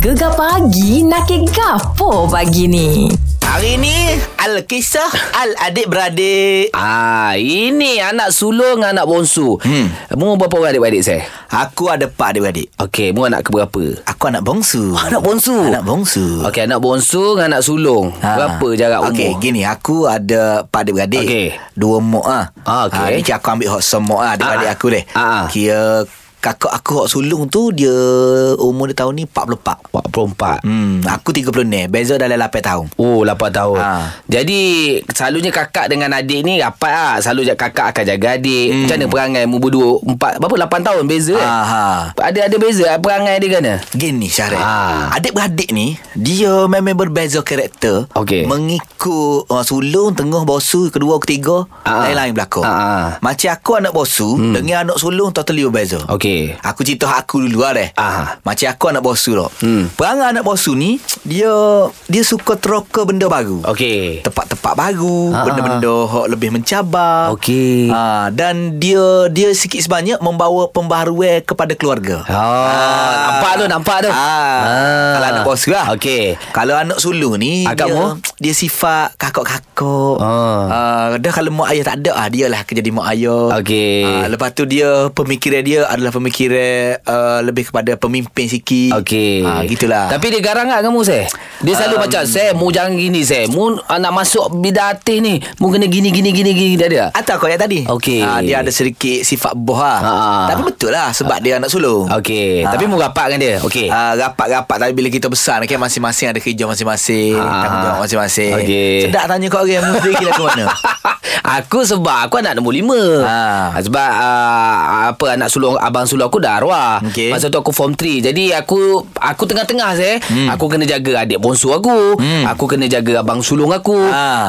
Gegar pagi nak ke gapo pagi ni? Hari ni Al-Kisah Al-Adik-Beradik Ah, Ini anak sulung Anak bonsu hmm. Mu berapa orang adik-beradik saya? Aku ada empat adik-beradik. Okey, mu anak keberapa? Aku anak bongsu. Anak bonsu Anak bongsu. Okey, anak bonsu dengan anak sulung ha. Berapa jarak umur? Okey, gini. Aku ada empat adik-beradik. Okey. Dua mak ah. Ah, ni okey. cik aku ambil hak semua ah adik-beradik Ah, ah. aku deh. Ah, ah. Kira kakak aku hak sulung tu dia umur dia tahun ni 44. 44 hmm. Hmm, aku 30 ni. Beza dalam 8 tahun. Oh 8 tahun Ah. Jadi Selalunya kakak dengan adik ni Rapat lah Selalu ja- kakak akan jaga adik hmm. Macam mana perangai mu berdua Empat, Berapa 8 tahun beza eh? Ah, ha. Ada ada beza perangai dia kan? Gini Syahril Ah. Adik-beradik ni Dia memang berbeza karakter Okey. Mengikut uh, Sulung Tengah bosu Kedua ketiga Ah. Lain-lain belakang Ah, ah. Macam aku anak bosu hmm. Dengan anak sulung Totally berbeza Okey. Aku cerita hak aku dulu lah deh. Ah. Macam aku anak bosu lah Hmm. Perangai anak bosu ni Dia Dia suka teroka benda baru Okey. tempat-tempat baru, Ah, ah, benda-benda hok lebih mencabar. Okey. Ah dan dia dia sikit sebanyak membawa pembaharuan kepada keluarga. Ah, nampak tu, nampak tu. Ah. Ah. Kalau anak bos lah. Okey. Kalau anak sulung ni Akak dia mu? dia sifat kakak-kakak. Ah. Ah, dah kalau mak ayah tak ada ah dia lah kerja di mak ayah. Okey. Ah, lepas tu dia pemikiran dia adalah pemikiran uh, lebih kepada pemimpin sikit. Okey. Ah gitulah. Tapi dia garang tak kamu, Seh? Dia selalu um, macam, Seh, mu jangan gini, Seh. Mu ah, nak masuk bidang artis ni. Mu kena gini, gini, gini, gini. Tak ada? Atau kau yang tadi Okey. Ah, Dia ada sedikit sifat boh lah Ah, ah. Tapi betul lah Sebab dia anak sulung Okey. Ah. Tapi mu rapat dengan dia? Okey. Ah, rapat-rapat Tapi bila kita besar ni kan Masing-masing ada kerja masing-masing Ah. Tanggungjawab masing-masing Okey. Sedap tanya kau orang Mu sendiri lagu mana aku sebab aku anak nombor lima ha. Ah. Sebab uh, apa anak sulung abang sulung aku dah arwah Okey. Masa tu aku form 3 Jadi aku aku tengah-tengah saya hmm. Aku kena jaga adik bonsu aku hmm. Aku kena jaga abang sulung aku ha.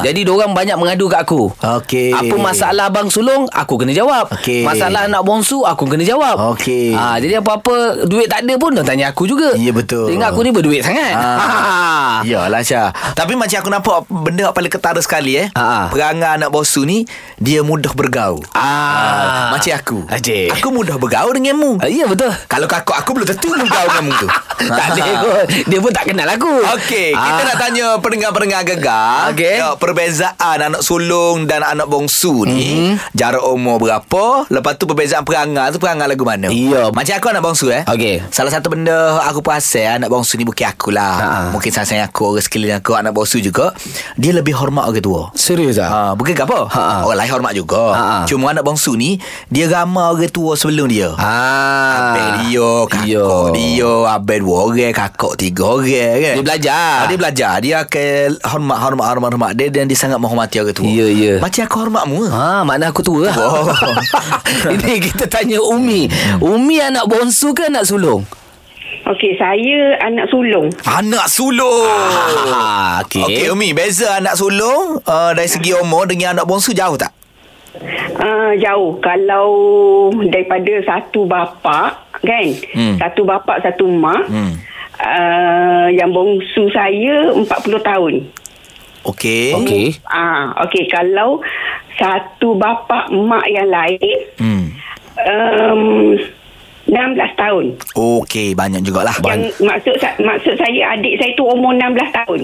Ah. Jadi orang banyak mengadu kat aku Okey. Apa masalah abang sulung aku kena jawab Okey. Masalah anak bonsu aku kena jawab Okey. ha, Jadi apa-apa duit tak ada pun dia tanya aku juga Ya, betul. Ingat aku ni berduit sangat Ah. ha. Yalah Syah Tapi macam aku nampak Benda yang paling ketara sekali eh Ah. Perangai anak bosu ni Dia mudah bergaul Ah. Macam aku Adik. Aku mudah bergaul dengan mu Ya betul Kalau kakak aku belum tentu bergaul dengan mu tu Ah. tak ada kot Dia pun tak kenal aku Ah, Okey, kita nak tanya pendengar-pendengar gegar Okey. ya, Perbezaan anak sulung dan anak bongsu ni mm-hmm. Jarak umur berapa Lepas tu perbezaan perangai tu perangai lagu mana Iya. Macam aku anak bongsu eh Okey. Salah satu benda aku perasan anak bongsu ni bukan akulah Ha-ha. Mungkin sayang-sayang aku orang sekeliling aku anak bongsu juga Dia lebih hormat orang tua Serius ah? Ha, bukan ke apa Ha-ha. Orang lain hormat juga Ha-ha. Cuma anak bongsu ni Dia ramai orang tua sebelum dia Ah. Abang dia Kakak Yo. dia Abang dua orang Kakak tiga orang kan Dia belajar. ah, Dia belajar Dia akan hormat Hormat hormat, hormat dia Dan dia sangat menghormati orang tua Ya, ya. Macam aku hormat mu ha? Ha, makna aku tua lah. Wow. Ini kita tanya Umi. Umi anak bonsu ke anak sulung? Okey, saya anak sulung. Anak sulung Ah, okey. Okey Umi Beza anak sulung uh, Dari segi umur Dengan anak bongsu jauh tak? Uh, jauh. Kalau daripada satu bapak, kan? Hmm. Hmm. Satu bapak, satu mak. Hmm. Uh, yang bongsu saya 40 tahun. Okey Okey. Ah, okey kalau satu bapak mak yang lain hmm. um, 16 tahun. Okey Banyak jugalah Yang maksud sa- maksud saya adik saya tu umur 16 tahun.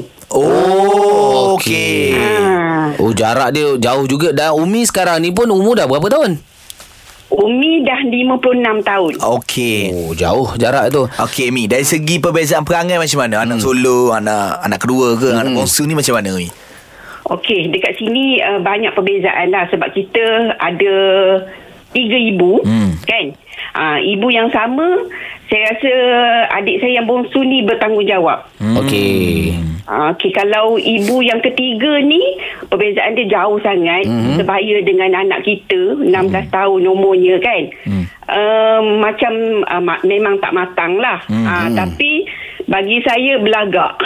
Oh Okey. Okey Ah. Oh, jarak dia jauh juga. Dan Umi sekarang ni pun umur dah berapa tahun? Umi dah 56 tahun. Okey Oh, jauh jarak tu. Okey Mi Dari segi perbezaan perangai macam mana Anak solo Anak anak kedua ke Anak bongsu ni macam mana Mi Okey, dekat sini uh, banyak perbezaan lah sebab kita ada tiga ibu, Hmm. kan? Uh, ibu yang sama, saya rasa adik saya yang bongsu ni bertanggungjawab. Okey. Uh, Okey, kalau ibu yang ketiga ni, perbezaan dia jauh sangat hmm. sebaya dengan anak kita, 16 hmm. tahun umurnya kan. Hmm. Um, macam uh, ma- memang tak matang lah. Hmm. Uh, tapi bagi saya belagak.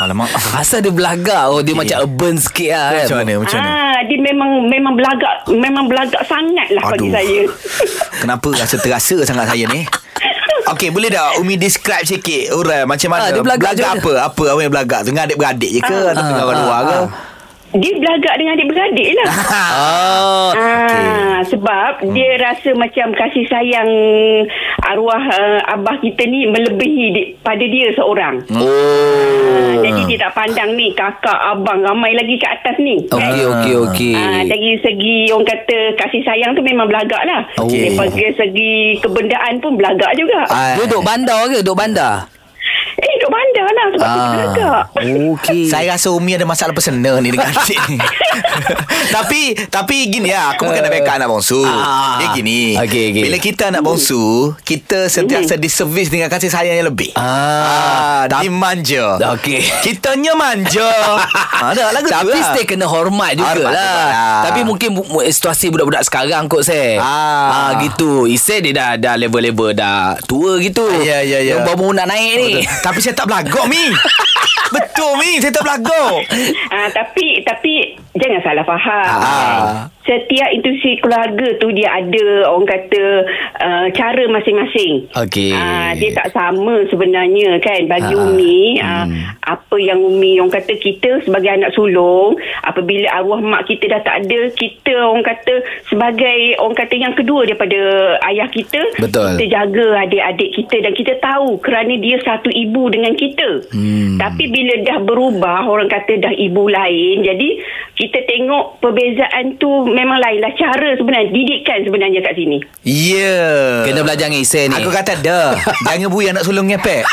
Alamak Asal dia belagak. Oh, dia macam urban sikit lah kan. Macam mana macam mana Ah, dia memang memang belagak memang belagak sangat lah Aduh. bagi saya. Kenapa rasa terasa sangat saya ni Okey boleh tak Umi describe sikit Orang macam mana Ah, dia belagak belagak macam apa Apa orang yang belagak Dengan adik-beradik je ke Atau dengan orang ah, luar ke ah. dia belagak dengan adik-beradik lah. Oh. Ah, sebab hmm. dia rasa macam kasih sayang arwah uh, abah kita ni melebihi di, pada dia seorang. Hmm. Ah, Oh. jadi dia tak pandang ni kakak abang ramai lagi kat atas ni. Okey okey okey. Ah, dari segi orang kata kasih sayang tu memang belagak lah. Okey. Daripada segi kebendaan pun belagak juga. Ah. Dia duk bandar ke? Duk bandar? Eh, duk bandar lah sebab tu Ah. belagak. Okey. Saya rasa Umi ada masalah personal ni dengan adik ni. tapi tapi gini ya, aku bukan nak backup anak bongsu. Ah. Dia gini. Okey, okey. Hmm. Bila kita anak bongsu, kita sentiasa diservis dengan kasih sayang yang lebih. Ah. ah dimanja. Okey. Ah, Kitanya manja. ada lagu tu Tapi lah. still kena hormat juga Hormat lah. juga lah. Tapi mungkin bu- mu- situasi budak-budak sekarang kot saya. Ah. gitu. Isai dia dah dah level-level dah tua gitu. Ya, ya, ya. Dia Baru nak naik ni. Tapi saya tak belagak Mi Betul Mi Saya tak belagak Ah, tapi tapi jangan salah faham. Ah. Setiap institusi keluarga tu dia ada orang kata uh, cara masing-masing. Okey. Ah, dia tak sama sebenarnya kan bagi Umi ah, apa yang Umi orang kata kita sebagai anak sulung apabila arwah mak kita dah tak ada kita orang kata sebagai orang kata yang kedua daripada ayah kita Betul. kita jaga adik-adik kita dan kita tahu kerana dia satu ibu dengan kita hmm. tapi bila dah berubah orang kata dah ibu lain jadi kita tengok perbezaan tu memang lainlah cara sebenarnya didikan sebenarnya kat sini Ya yeah. Kena belajar dengan Isai ni. Aku kata dah Jangan bui anak sulung ngepek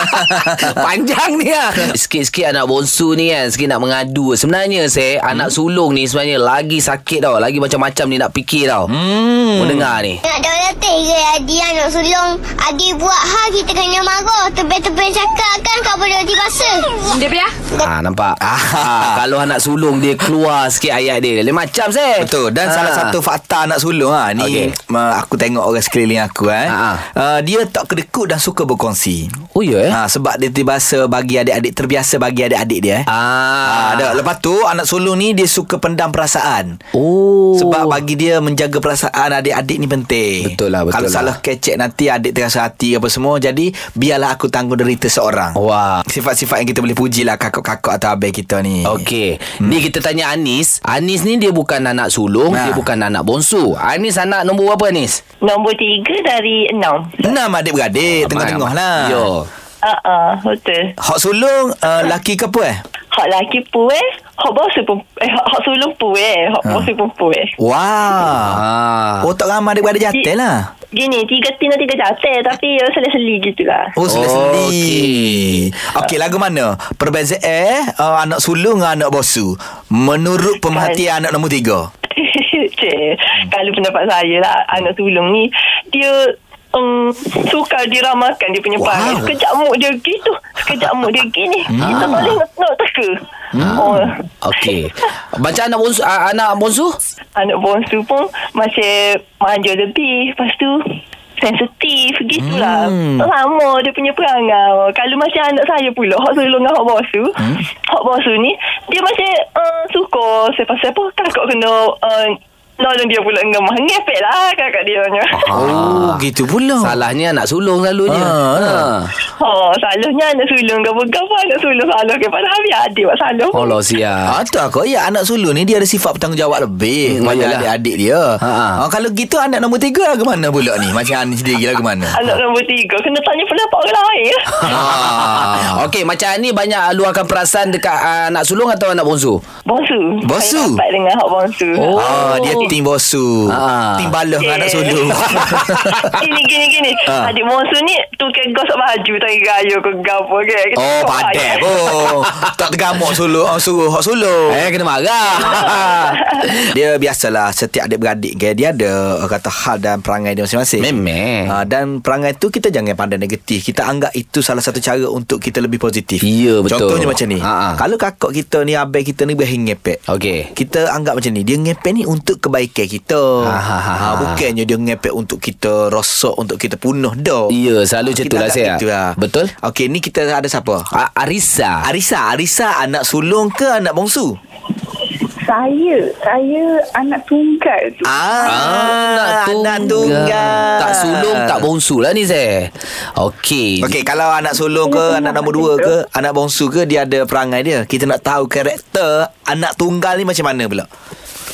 Panjang ni lah Sikit-sikit anak bonsu ni kan Sikit nak mengadu Sebenarnya saya hmm. Anak sulung ni sebenarnya Lagi sakit tau Lagi macam-macam ni nak fikir tau hmm. Mendengar ni Nak dah orang tega Adi anak sulung Adi buat hal kita kena marah Tebel-tebel cakap kan Kau boleh hati bahasa Dia biar Ha nampak Ah. ha, Kalau anak sulung dia keluar sikit ayat dia Lain macam saya Betul Dan salah satu fakta anak sulung ha, Ni Ah. Okey. okay. Aku tengok orang sekeliling aku eh. Ha, ha. Uh, Dia tak kedekut dan suka berkongsi Oh ya yeah, eh ha. ha, Sebab dia terbiasa bagi adik-adik Terbiasa bagi adik-adik dia eh. Ah. Ha, dah. Lepas tu Anak sulung ni Dia suka pendam perasaan Oh Sebab bagi dia menjaga perasaan adik-adik ni penting. Betul lah, betul Kalau lah. salah kecek nanti adik terasa hati apa semua. Jadi biarlah aku tanggung derita seorang. Wah Sifat-sifat yang kita boleh puji lah kakak-kakak atau abang kita ni. Okey. Hmm. Ni kita tanya Anis. Anis ni dia bukan anak sulung, Ha. dia bukan anak bonsu. Anis anak nombor berapa Anis? Nombor tiga dari enam. Enam adik-beradik tengah-tengah lah. Yo. Uh-uh, betul. Hak sulung uh, laki ke apa eh? Hak laki pu eh. Hak bosu pun eh, hak, hak sulung pu eh. Hak bosu pun pu eh. Wah. Ah. Oh tak ramai adik-beradik jatuh Di- lah. Gini, tiga tina tiga jatuh tapi ya seli-seli gitulah. Oh Oh, selesai Okey Okey lagu mana? Perbezaan uh, anak sulung dengan anak bosu. Menurut pemerhatian anak nombor tiga. Cik, kalau pendapat saya lah, anak sulung ni, dia um, suka diramakan dia punya Wow. perangai. Sekejap mood dia gitu, sekejap mood dia gini. Kita tak boleh nak, nak teka. Oh, Okey. Macam anak bonsu ah, anak bonsu? anak bonsu pun masih manja lebih. Lepas tu, sensitif gitulah. Hmm. Lama dia punya perangai. Kalau macam anak saya pula, hak sulung dengan hak bosu. Hmm. Hak bosu ni, dia masih uh, suka siapa-siapa kakak kena... Uh, Nolong dia pula dengan mah. Ngepek lah kakak dia punya. Oh Ah. gitu pula. Salahnya anak sulung selalunya. Ah. Oh, salahnya anak sulung ke bukan pun anak sulung salah ke pada habis adik buat salah. Ha. Allah sia. Ah, tu aku ya anak sulung ni dia ada sifat bertanggungjawab lebih Hmm, hmm, iyalah. pada adik-adik dia. Ha, ha. Ah, kalau gitu anak nombor tiga lagu mana pula ni? Macam Ani sendiri lagu mana? Anak nombor tiga kena tanya pendapat orang lain. ya. Ah. Okey, macam ni banyak luahkan perasaan dekat ah, anak sulung atau anak bonsu? Bonsu. Bonsu? Saya dapat dengan hak Ha. bonsu. Oh. Ah, dia tim bosu. Ah. Tim balah dengan anak Yeah. sulung. Ini gini gini. Ah. Adik bonsu ni tu ke gosok baju tak gaya ke gapo ke. Oh, padai pun. tak tergamuk sulung, ah, suruh hak sulung. Eh, kena marah. dia biasalah setiap adik-beradik ke dia ada orang kata hal dan perangai dia masing-masing. Memang. Ah, dan perangai tu kita jangan pandang negatif. Kita anggap itu salah satu cara untuk kita lebih positif. Ya, betul. Contohnya macam ni. Ha, ha. Kalau kakak kita ni abang kita ni bagi ngepek. Okey. Kita anggap macam ni Dia ngepek ni untuk kebaikan kita Ha, ha, ha, ha. Ah, Bukannya dia ngepek untuk kita Rosok untuk kita punuh dah Ya, selalu macam Kita tu lah, anggap Syah. gitu lah. Betul. Okey ni kita ada siapa Ah, Arisa. Arisa Arisa anak sulung ke anak bongsu Saya, saya anak tunggal tu. Ah, anak tunggal. Ah, Tak sulung Tak bongsu lah ni Zeh Okey Okey, kalau anak sulung ke, anak nombor dua ke, anak bongsu ke, dia ada perangai dia. Kita nak tahu karakter anak tunggal ni macam mana pula.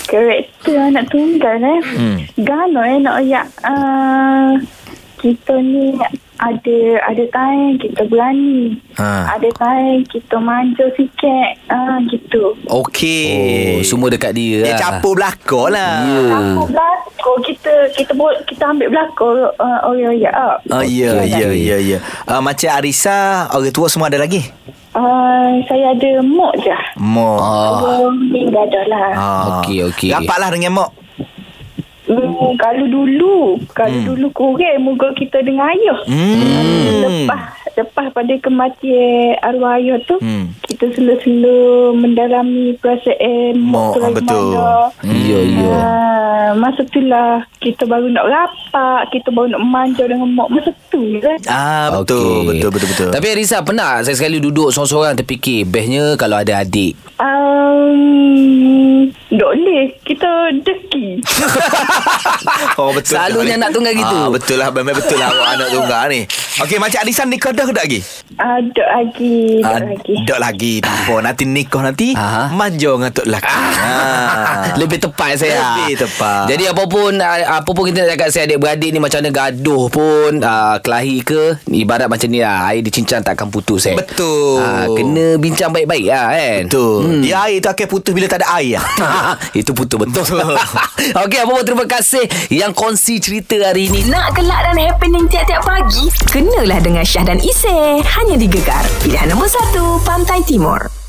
Karakter anak tunggal eh. Hmm. Galau eh nak oyak. Uh, kita ni ada ada time kita berani. Ha. Ada time kita manja sikit. Ah gitu. Oh, Okey. semua dekat dia dia lah. capur belakang lah. Ya. Aku belakang kita kita buat kita ambil belakang uh, oyak-oyak. ah. Ah, ya, ya, ya, ya. Ah, macam Arisa, orang tua semua ada lagi? Uh, saya ada mak je. Mak. Ah, Oh, ni dah ada lah. Ah. Okey, okey. Rapatlah dengan mak. Hmm, kalau dulu, kalau hmm. dulu kurang muka kita dengan ayah. Hmm. Lepas lepas pada kematian arwah ayah tu, Hmm. hmm. kita selalu-selalu mendalami perasaan Mak, tu lagi betul. mana. Ya, ya. Ah, masa tu lah kita baru nak rapat, kita baru nak manja dengan mak masa tu lah. Ah, betul, Okey. betul, betul, betul. Tapi Risa pernah saya sekali duduk seorang-seorang terfikir bestnya kalau ada adik. Um, tak boleh, kita deki. Oh betul Selalunya Betul. nak tunggal gitu. ah, Betul lah Memang betul lah Awak anak tunggal ni Okey macam Adisan nikah dah ke tak lagi? Ah, tak lagi, tak Ah, lagi. Tak lagi Nampak nanti nikah nanti Aha. Manja dengan Tok Lelaki ah. Lebih tepat saya Lebih tepat. Jadi apa pun ah, Apa pun kita nak cakap Saya adik-beradik ni Macam mana gaduh pun ah, Kelahi ke Ibarat macam ni lah Air di cincang takkan putus eh. Betul. Ah, Kena bincang baik-baik lah kan Betul hmm. Dia air tu akan putus Bila tak ada air lah. Itu putus betul Okey apa pun terima kasih Yang kongsi cerita hari ini Nak kelak dan happening tiap-tiap pagi? Kenalah dengan Syah dan Isy. Hanya di Gegar. Pilihan nombor 1, Pantai Timur.